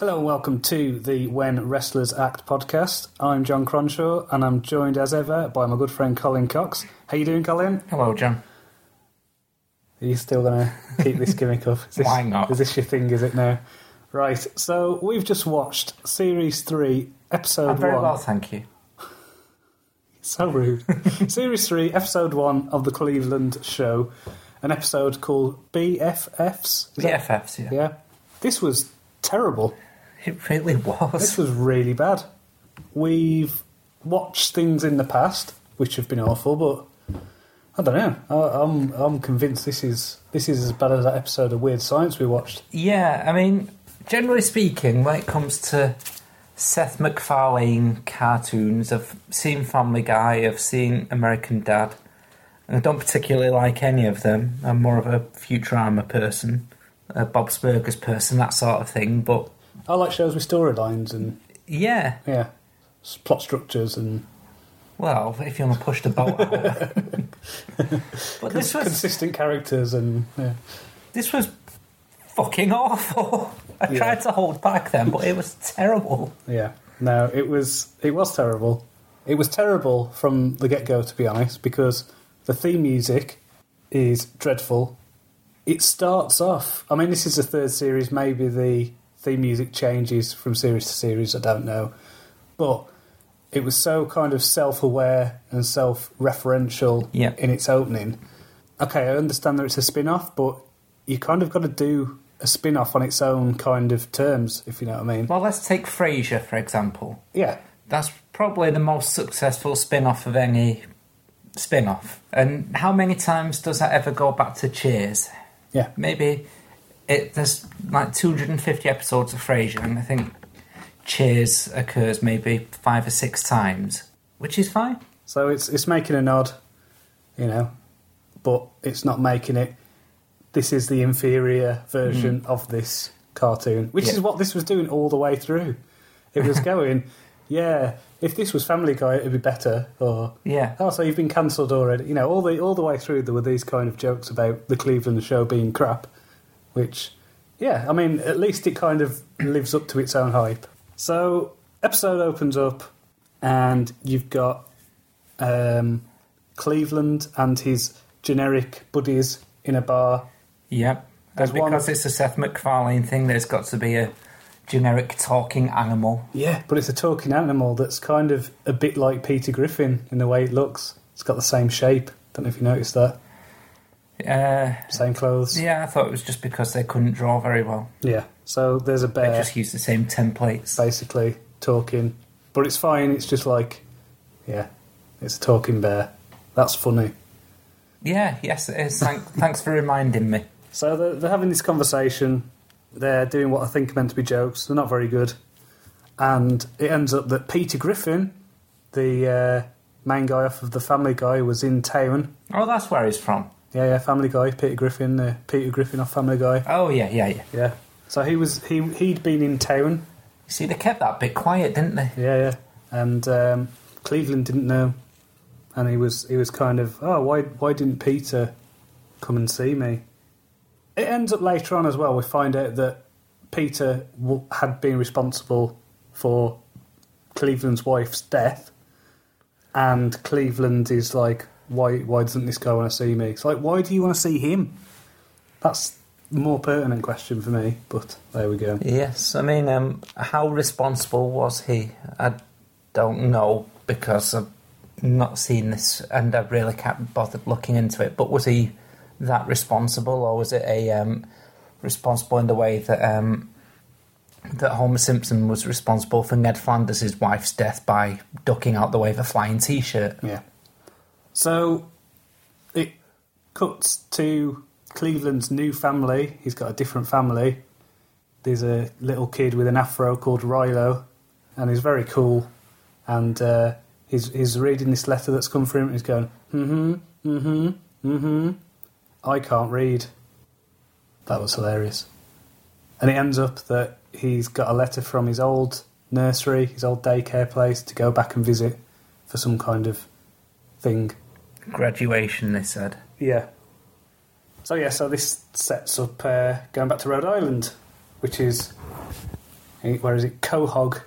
Hello and welcome to the When Wrestlers Act podcast. I'm John Cronshaw and I'm joined as ever by my good friend Colin Cox. How you doing, Colin? Hello, John. Are you still going to keep this gimmick up? Is this, Why not? Is this your thing, is it now? Right, so we've just watched Series 3, Episode I'm very 1. well, thank you. So rude. Series 3, Episode 1 of the Cleveland Show, an episode called BFFs. Is that- BFFs, yeah. yeah. This was terrible. It really This was. was really bad. We've watched things in the past which have been awful, but I don't know. I, I'm I'm convinced this is this is as bad as that episode of Weird Science we watched. Yeah, I mean, generally speaking, when it comes to Seth MacFarlane cartoons, I've seen Family Guy, I've seen American Dad, and I don't particularly like any of them. I'm more of a Futurama person, a Bob's Burgers person, that sort of thing. But I like shows with storylines and yeah, yeah, s- plot structures and well, if you want to push the boat out. but this was consistent characters and yeah. This was fucking awful. I Yeah. tried to hold back then, but it was terrible. Yeah. No, it was it was terrible. It was terrible from the get go, to be honest, because the theme music is dreadful. It starts off. I mean, this is the third series. Maybe the theme music changes from series to series. I don't know, but it was so kind of self-aware and self-referential Yeah. in its opening. Okay, I understand that it's a spin-off, but you kind of got to do a spin-off on its own kind of terms, if you know what I mean. Well, let's take Frasier for example. Yeah, That's probably the most successful spin off of any spin off. And how many times does that ever go back to Cheers? yeah. Maybe it, there's like 250 episodes of Frasier, and I think Cheers occurs maybe five or six times, which is fine. So it's it's making a nod, you know, but it's not making it. This is the inferior version of this cartoon, which is Yeah. what this was doing all the way through. It was going, yeah. If this was Family Guy, it'd be better. Or Yeah. oh, so you've been cancelled already? You know, all the all the way through there were these kind of jokes about the Cleveland show being crap, which, yeah, I mean, at least it kind of lives up to its own hype. So episode opens up, and you've got um, Cleveland and his generic buddies in a bar. Yep. There's And one- because it's a Seth MacFarlane thing, there's got to be a generic talking animal. Yeah, but it's a talking animal that's kind of a bit like Peter Griffin in the way it looks. It's got the same shape. Don't know if you noticed that. Uh, Same clothes. yeah, I thought it was just because they couldn't draw very well. Yeah. So there's a They bear. just used the same templates. basically talking. But it's fine. It's just like, yeah, it's a talking bear. That's funny. Yeah, yes, it is. Thank, thanks for reminding me. So they're, they're having this conversation. They're doing what I think are meant to be jokes. They're not very good. And it ends up that Peter Griffin, the uh, main guy off of the Family Guy, was in town. Oh, that's where he's from. Yeah, yeah, Family Guy, Peter Griffin, uh, Peter Griffin off Family Guy. Oh, yeah, yeah, yeah. Yeah. So he was he he'd been in town. See, they kept that bit quiet, didn't they? Yeah, yeah. And um, Cleveland didn't know, and he was he was kind of oh why why didn't Peter come and see me? It ends up later on as well. We find out that Peter w- had been responsible for Cleveland's wife's death, and Cleveland is like, why why doesn't this guy want to see me? It's like, why do you want to see him? That's a more pertinent question for me. But there we go. Yes, I mean, um, how responsible was he? I don't know because I've not seen this and I really can't bother looking into it. But was he that responsible, or was it a um, responsible in the way that um, that Homer Simpson was responsible for Ned Flanders' wife's death by ducking out the way of a flying T-shirt? Yeah. So it cuts to Cleveland's new family. He's got a different family. There's a little kid with an afro called Rilo, and he's very cool. And uh, he's he's reading this letter that's come for him. And he's going, mm hmm, mm hmm, mm hmm. I can't read. That was hilarious. And it ends up that he's got a letter from his old nursery, his old daycare place, to go back and visit for some kind of thing. Graduation, they said. Yeah. So yeah, so this sets up uh, going back to Rhode Island, which is Where is it? Quahog.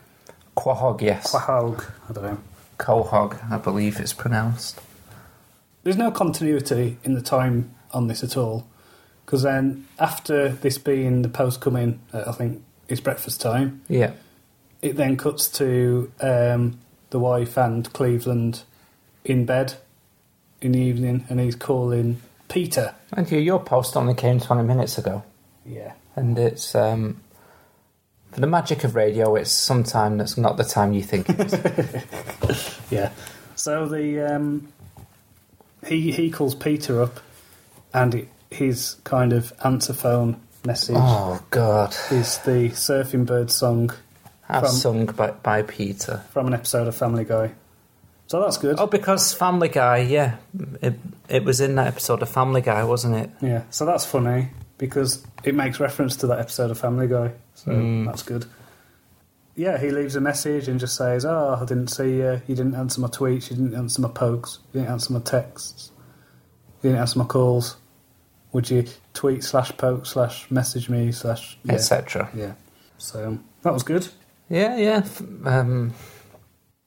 Quahog, yes. Quahog. I don't know. Quahog, I believe it's pronounced. There's no continuity in the time on this at all. Because then, after this being the post coming, uh, I think it's breakfast time, Yeah. it then cuts to um, the wife and Cleveland in bed in the evening, and he's calling Peter. And your, your post only came 20 minutes ago. Yeah. And it's, um, for the magic of radio, it's sometime that's not the time you think it is. Yeah. So the um, he he calls Peter up, and it, his kind of answer phone message oh, God. is the Surfing Bird song As From- sung by, by Peter. from an episode of Family Guy. So that's good. Oh, because Family Guy, yeah. It, it was in that episode of Family Guy, wasn't it? Yeah. So that's funny because it makes reference to that episode of Family Guy. So Mm. that's good. Yeah, he leaves a message and just says, "Oh, I didn't see you. You didn't answer my tweets. You didn't answer my pokes. You didn't answer my texts. You didn't answer my calls. Would you tweet slash poke slash message me slash yeah Etc. yeah?" So that was good. Yeah, yeah. f- Um,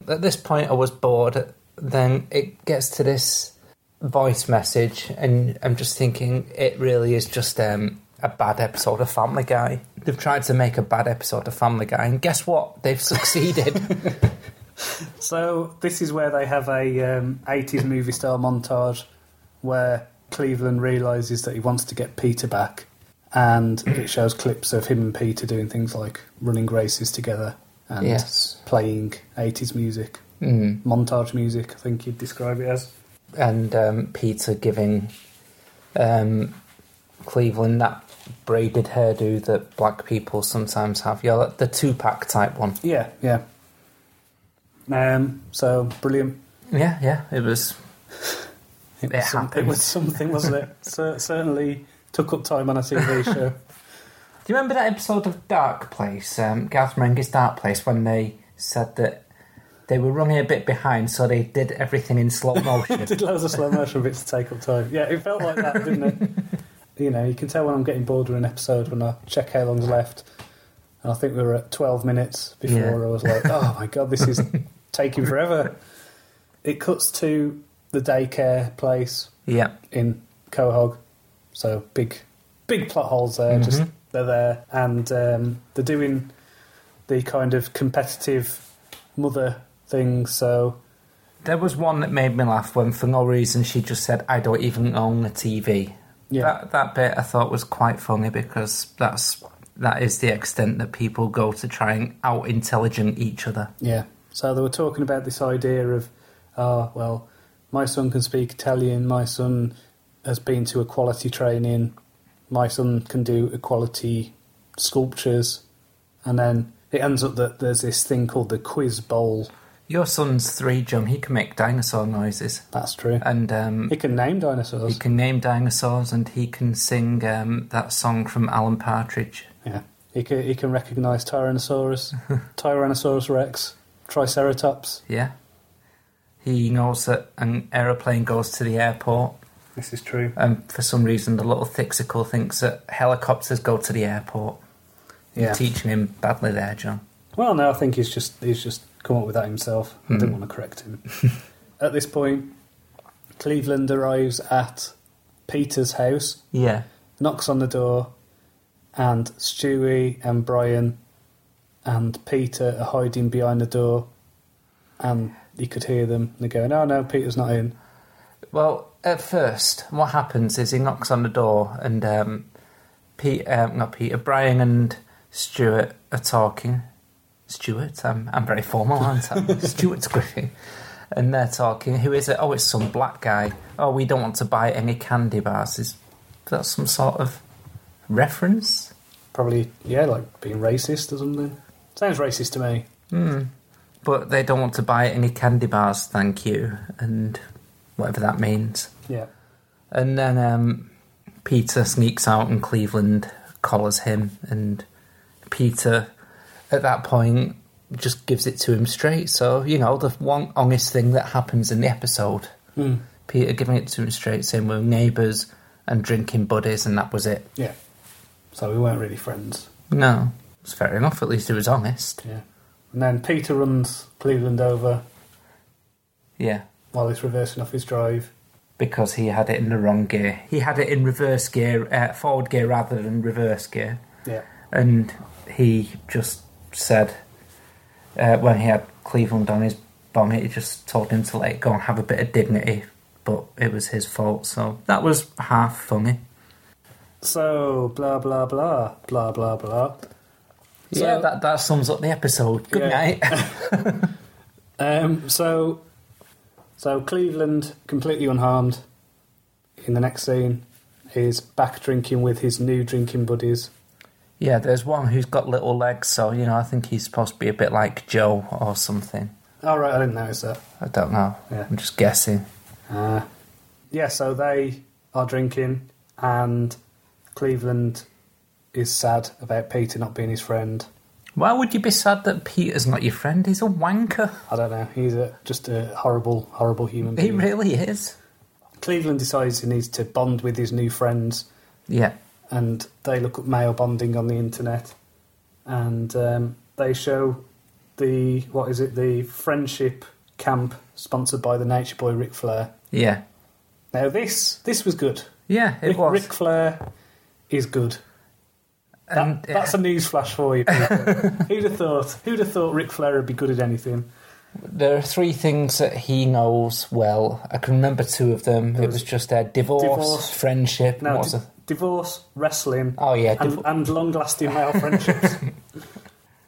at this point, I was bored. Then it gets to this voice message, and I'm just thinking it really is just um, a bad episode of Family Guy. They've tried to make a bad episode of Family Guy, and guess what? They've succeeded. So this is where they have a um, 80s movie style montage where Cleveland realizes that he wants to get Peter back, and it shows clips of him and Peter doing things like running races together and yes. playing 80s music, Mm. montage music. I think you'd describe it as. And um, Peter giving um, Cleveland that braided hairdo that black people sometimes have. Yeah, like the two pack type one. Yeah, yeah. Um, so brilliant. Yeah, yeah. It was It It was, some- it happened. was something, wasn't it? Cer certainly took up time on a TV show. Do you remember that episode of Dark Place, um, Garth Marenghi's Dark Place, when they said that they were running a bit behind, so they did everything in slow motion? did loads of slow motion bits to take up time. Yeah, it felt like that, didn't it? you know, you can tell when I'm getting bored with an episode when I check how long's left. And I think we were at 12 minutes before Yeah. I was like, oh my god, this is taking forever. It cuts to the daycare place yeah, in Cohog. So big, big plot holes there. Just Mhm. they're there, and um, they're doing the kind of competitive mother thing. So there was one that made me laugh when, for no reason, she just said, "I don't even own a TV." yeah, That that bit I thought was quite funny because that's that is the extent that people go to try and out intelligent each other. Yeah. So they were talking about this idea of, ah, well, my son can speak Italian. My son has been to equality training. My son can do equality sculptures, and then it ends up that there's this thing called the quiz bowl. Your son's three, John. He can make dinosaur noises, That's true. and um, He can name He dinosaurs. can name dinosaurs and he can sing um, that song from Alan Partridge. Yeah. He can he can recognise Tyrannosaurus, Tyrannosaurus Rex, Triceratops. Yeah. He knows that an aeroplane goes to the airport, This is true. and for some reason, the little Thixical thinks that helicopters go to the airport. Yeah. You're teaching him badly there, John. Well, no, I think he's just he's just come up with that himself. I didn't Hmm. want to correct him. at this point, Cleveland arrives at Peter's house, Yeah. knocks on the door, and Stewie and Brian and Peter are hiding behind the door, and you could hear them. They're going, "Oh no, Peter's not in." Well, at first, what happens is he knocks on the door, and um, Pete, um, not Peter, Brian and Stuart are talking. Stuart, I'm, I'm very formal, aren't I? Stuart's Griffin. And they're talking. Who is it? Oh, it's some black guy. Oh, we don't want to buy any candy bars. Is that some sort of reference? Probably, yeah, like being racist or something. Sounds racist to me. Hmm. But they don't want to buy any candy bars, thank you, and whatever that means. Yeah, And then um, Peter sneaks out and Cleveland collars him. And Peter, at that point, just gives it to him straight. So, you know, the one honest thing that happens in the episode Hmm. Peter giving it to him straight, saying we're neighbours and drinking buddies, and that was it. yeah. So we weren't really friends. No. It's fair enough. At least he was honest. Yeah. And then Peter runs Cleveland over Yeah, while he's reversing off his drive. because he had it in the wrong gear. He had it in reverse gear, uh, forward gear rather than reverse gear. Yeah. And he just said, uh, when he had Cleveland on his bonnet, he just told him to let it go and have a bit of dignity. But it was his fault, so that was half funny. So blah blah blah blah blah blah. So- yeah, that, that sums up the episode. Good Yeah. night. Um, so, so Cleveland completely unharmed. In the next scene, is back drinking with his new drinking buddies. yeah, there's one who's got little legs, so, you know, I think he's supposed to be a bit like Joe or something. All right, I didn't notice that. I don't know. Yeah. I'm just guessing. Uh, yeah, so they are drinking, and Cleveland is sad about Peter not being his friend. Why would you be sad that Peter's not your friend? He's a wanker. I don't know. He's a, just a horrible, horrible human He being. really is. Cleveland decides he needs to bond with his new friends, Yeah. and they look up male bonding on the internet, and um, they show the what is it? The friendship camp sponsored by the Nature Boy Ric Flair. Yeah. Now this this was good. Yeah, it Ric, was. Ric Flair is good. That- and uh, it- That's a news flash for you. people. who'd have thought? Who'd have thought Ric Flair would be good at anything? there are three things that he knows well. I can remember two of them. It was just their divorce, Divorce. friendship. No, what was di- it? divorce, wrestling, Oh, yeah. and, div- and long-lasting male friendships.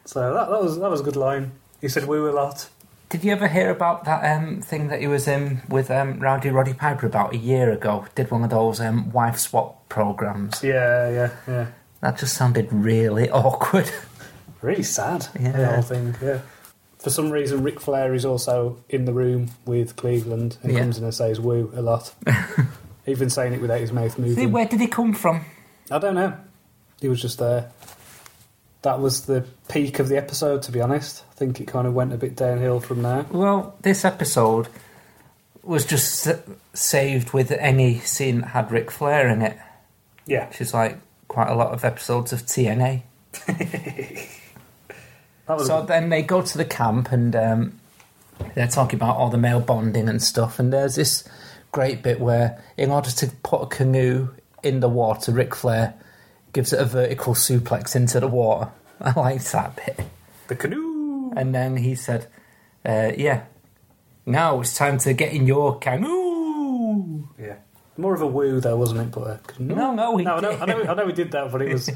So that, that was that was a good line. He said we were a lot. Did you ever hear about that um, thing that he was in with um, Rowdy Roddy Piper about a year ago? Did one of those um, wife swap programs. Yeah, yeah, yeah. That just sounded really awkward. Really sad. Yeah. The whole thing. Yeah. For some reason, Ric Flair is also in the room with Cleveland and Yeah. comes in and says "woo" a lot, even saying it without his mouth moving. Where did he come from? I don't know. He was just there. That was the peak of the episode, to be honest. I think it kind of went a bit downhill from there. Well, this episode was just s- saved with any scene that had Ric Flair in it, Yeah. which is like quite a lot of episodes of TNA. That was So then they go to the camp and um, they're talking about all the male bonding and stuff. And there's this great bit where, in order to put a canoe in the water, Ric Flair gives it a vertical suplex into the water. I liked that bit. the canoe. And then he said, uh, Yeah, now it's time to get in your canoe. Yeah. More of a woo, though, wasn't it? But a canoe. No, no, he no, I know, did. I know, I know he did that, but it was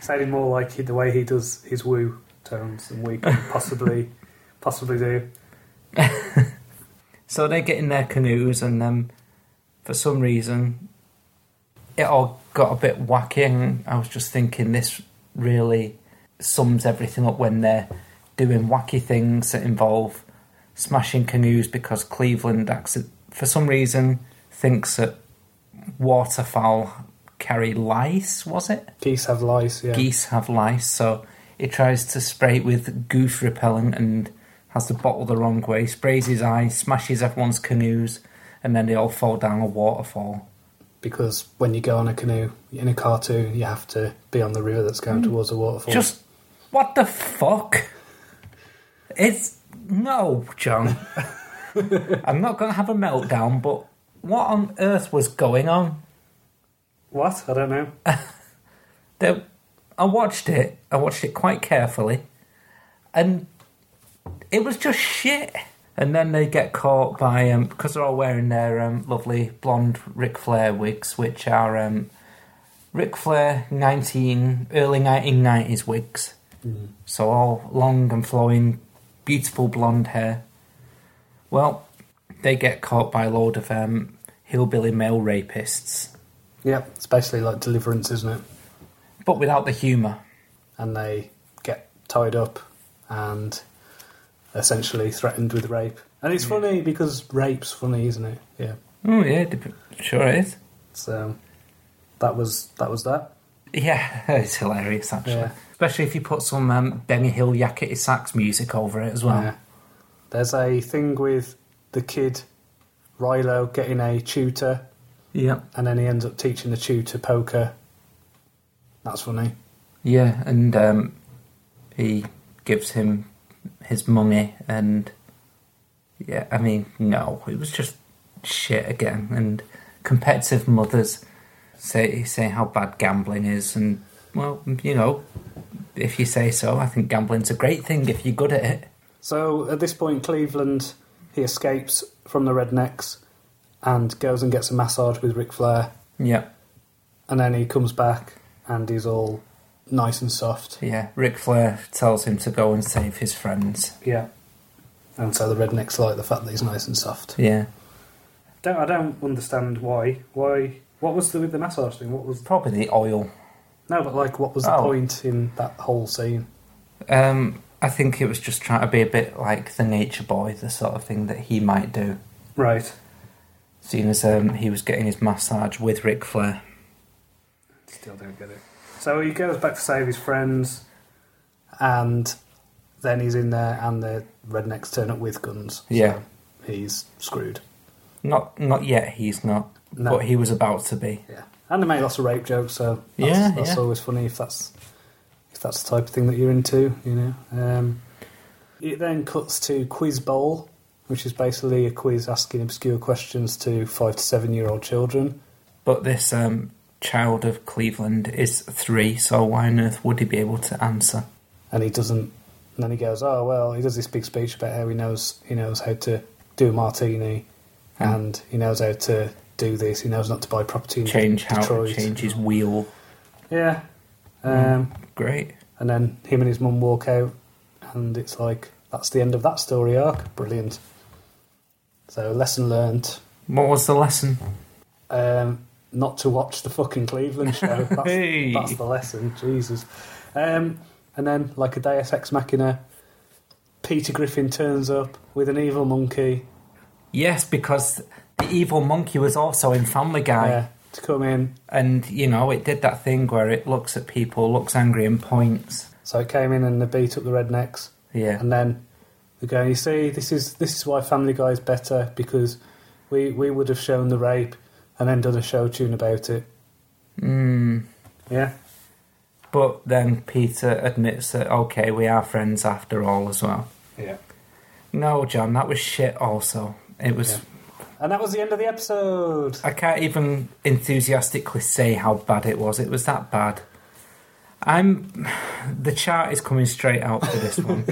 sounding more like he, the way he does his woo tones than we can possibly, possibly do. So they get in their canoes, and um, for some reason, it all got a bit wacky. And I was just thinking, this really sums everything up when they're doing wacky things that involve smashing canoes because Cleveland, acci- for some reason, thinks that waterfowl carry lice, was it? Geese have lice, yeah. Geese have lice, so he tries to spray it with goose repellent and has the bottle the wrong way, sprays his eye, smashes everyone's canoes, and then they all fall down a waterfall. Because when you go on a canoe in a cartoon, you have to be on the river that's going towards the waterfall. Just what the fuck? It's no, John. I'm not going to have a meltdown, but what on earth was going on? what? I don't know. There, I watched it. I watched it quite carefully, and it was just shit. And then they get caught by um, because they're all wearing their um, lovely blonde Ric Flair wigs, which are um, Ric Flair nineteen early nineteen nineties wigs. So all long and flowing, beautiful blonde hair. Well, they get caught by a load of um, hillbilly male rapists, Yeah, it's basically like deliverance, isn't it? but without the humour. and they get tied up and essentially threatened with rape. And it's funny because rape's funny, isn't it? Yeah. Oh yeah, dep- sure it is. So that was that was that. Yeah, it's hilarious actually. Yeah. Especially if you put some um, Benny Hill Yakety Sax music over it as well. Yeah. There's a thing with the kid Rilo getting a tutor, Yeah. and then he ends up teaching the tutor poker. That's funny. Yeah, and um, He gives him his money, and yeah, I mean, no, it was just shit again. And competitive mothers say say how bad gambling is, and well, you know, if you say so, I think gambling's a great thing if you're good at it. So at this point, Cleveland he escapes from the rednecks and goes and gets a massage with Ric Flair, Yeah, and then he comes back and he's all nice and soft. yeah. Ric Flair tells him to go and save his friends. Yeah. And so the rednecks like the fact that he's nice and soft. Yeah. Don't, I don't understand why. Why? What was the with the massage thing? What was Probably the oil. no? But like, what was the Oh. point in that whole scene? Um, I think it was just trying to be a bit like the nature boy, the sort of thing that he might do, Right. seeing as um, he was getting his massage with Ric Flair. Still don't get it. So he goes back to save his friends, and then he's in there, and the rednecks turn up with guns. Yeah. So he's screwed. Not not yet. He's not, No. but he was about to be. Yeah. And they make lots of rape jokes, so that's, Yeah, that's yeah. always funny if that's if that's the type of thing that you're into, you know. Um, it then cuts to Quiz Bowl, which is basically a quiz asking obscure questions to five to seven year old children. But this um, child of Cleveland is three, so why on earth would he be able to answer? and he doesn't. And then he goes, "Oh well," he does this big speech about how he knows he knows how to do a martini, Hmm. and he knows how to do this. He knows not to buy property in Change how Detroit. change Hmm. his wheel. Yeah, um, Great. and then him and his mum walk out, and it's like that's the end of that story arc. Brilliant. So lesson learned: What was the lesson? um, not to watch the fucking Cleveland show. That's, Hey. that's the lesson. Jesus. Um, and then, like a Deus Ex Machina, Peter Griffin turns up with an evil monkey Yes, because the evil monkey was also in Family Guy. uh, to come in. And you know, it did that thing where it looks at people, looks angry, and points. So it came in and they beat up the rednecks. Yeah, And then they go, "You see, this is this is why Family Guy is better because we we would have shown the rape and then done a show tune about it." mm. Yeah. but then Peter admits that okay, we are friends after all as well. Yeah. No, John, that was shit. Also, it was. Yeah. And that was the end of the episode. I can't even enthusiastically say how bad it was. It was that bad. I'm. The chart is coming straight out for this one.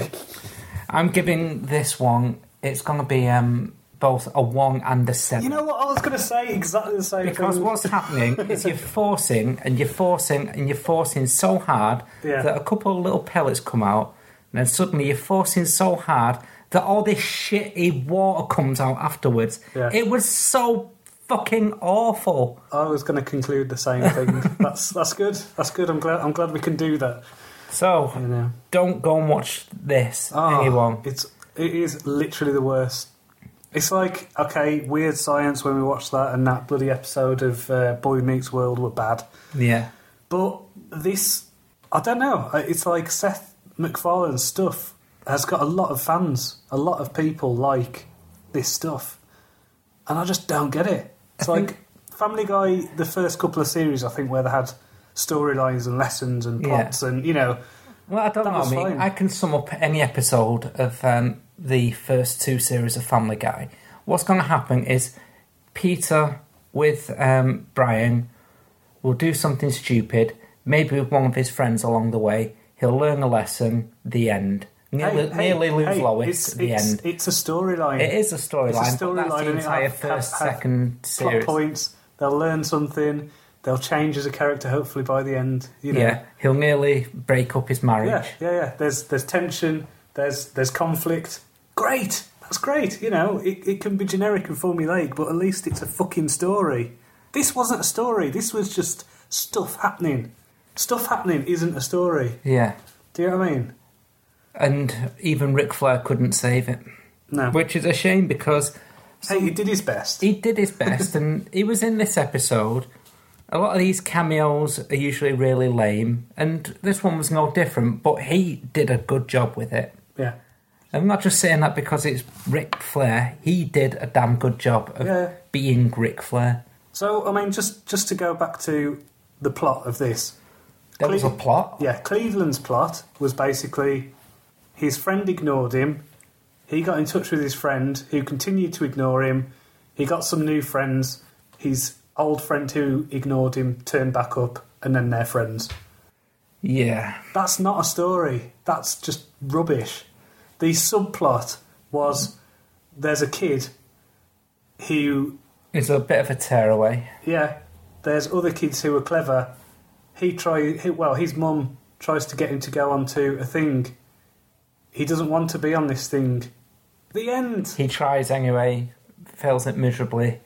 I'm giving this one. It's going to be um, both a one and a seven. You know what? I was going to say exactly the same Because thing. what's happening is you're forcing and you're forcing and you're forcing so hard Yeah. that a couple of little pellets come out, and then suddenly you're forcing so hard that all this shitty water comes out afterwards. Yeah. It was so fucking awful. I was going to conclude the same thing. that's that's good. That's good. I'm glad. I'm glad we can do that. So You know, don't go and watch this, Ah, anyone. It's it is literally the worst. It's like okay, weird science when we watched that, and that bloody episode of uh, Boy Meets World were bad. Yeah. But this, I don't know. It's like Seth MacFarlane's stuff has got a lot of fans. A lot of people like this stuff, and I just don't get it. It's I like Family Guy, the first couple of series, I think, where they had storylines and lessons and Yeah. plots, and you know, Well, I don't That know. was I mean, fine. I can sum up any episode of um, the first two series of Family Guy. What's going to happen is Peter with um, Brian will do something stupid, maybe with one of his friends along the way. He'll learn a lesson. The end. Nearly, hey, hey, nearly lose hey, Lois It's, at the it's, end. it's a storyline. It is a storyline. but that's storyline, the and it entire have- first, have- have second Plot series. points. They'll learn something. They'll change as a character. Hopefully by the end, you know. Yeah, he'll nearly break up his marriage. Yeah, yeah, yeah. There's there's tension. There's there's conflict. Great. That's great. You know, it, it can be generic and formulaic, but at least it's a fucking story. This wasn't a story. This was just stuff happening. Stuff happening isn't a story. yeah. Do you know what I mean? And even Ric Flair couldn't save it. No. which is a shame because hey, he did his best. he did his best and he was in this episode. A lot of these cameos are usually really lame, and this one was no different, but he did a good job with it. yeah. I'm not just saying that because it's Ric Flair, he did a damn good job of Yeah. being Ric Flair. So I mean, just just to go back to the plot of this, There was a Cle- plot. Yeah, Cleveland's plot was basically his friend ignored him. He got in touch with his friend, who continued to ignore him. He got some new friends. His old friend who ignored him turned back up, and then they're friends. Yeah. That's not a story. That's just rubbish. The subplot was there's a kid who, It's a bit of a tearaway. yeah, there's other kids who are clever. He try he, well, his mum tries to get him to go onto a thing. He doesn't want to be on this thing. The end. He tries anyway, fails it miserably.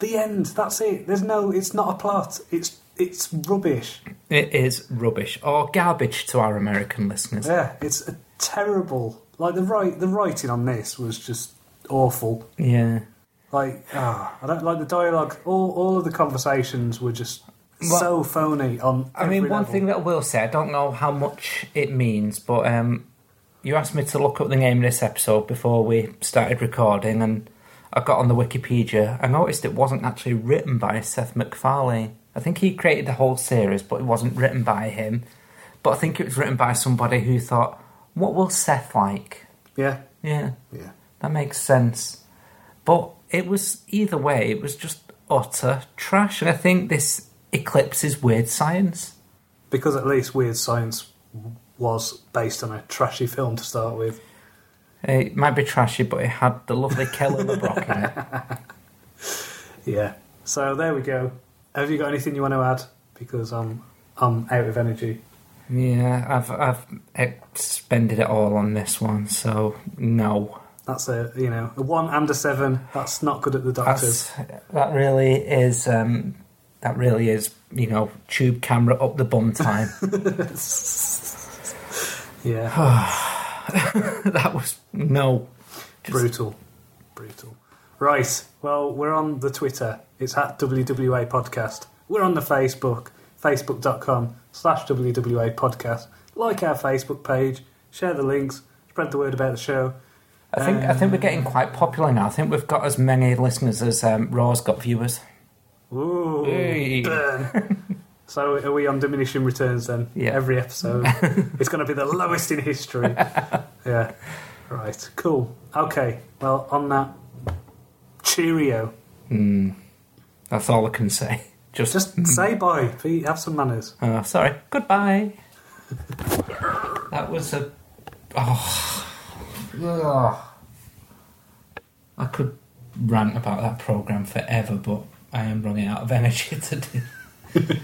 The end. That's it. There's no. It's not a plot. It's it's rubbish. It is rubbish or garbage to our American listeners. Yeah, it's a terrible. Like the right the writing on this was just awful. Yeah. Like, ah, I don't like the dialogue. All all of the conversations were just Well- so phony. On I mean, every one level. thing that I will say, I don't know how much it means, but um, you asked me to look up the name of this episode before we started recording, and I got on the Wikipedia. I noticed it wasn't actually written by Seth MacFarlane. I think he created the whole series, but it wasn't written by him. But I think it was written by somebody who thought, "What will Seth like?" yeah, Yeah, yeah, that makes sense. But it was either way, it was just utter trash, and I think this eclipses weird science. because at least Weird Science was based on a trashy film to start with. It might be trashy, but it had the lovely Kelly LeBrock in it. Yeah. So there we go. Have you got anything you want to add? Because I'm I'm out of energy. Yeah, I've I've expended it all on this one, so no. That's a you know a one and a seven. That's not good at the doctors. That's, that really is um, that really is you know tube camera up the bum time. Yeah, that was no. brutal, brutal. Right. Well, we're on the Twitter. It's at WWA Podcast. We're on the Facebook, facebook.com slash WWA Podcast. Like our Facebook page, share the links, spread the word about the show. I think I think we're getting quite popular now. I think we've got as many listeners as um, Raw's got viewers. Ooh, Hey. burn. so are we on diminishing returns then? Yeah. Every episode. it's going to be the lowest in history. yeah. Right. Cool. Okay. Well, on that, cheerio. That's all I can say. Just, Just say bye. Pete. Have some manners. oh, sorry. Goodbye. that was a. Oh. I could rant about that program forever, but I am running out of energy to do.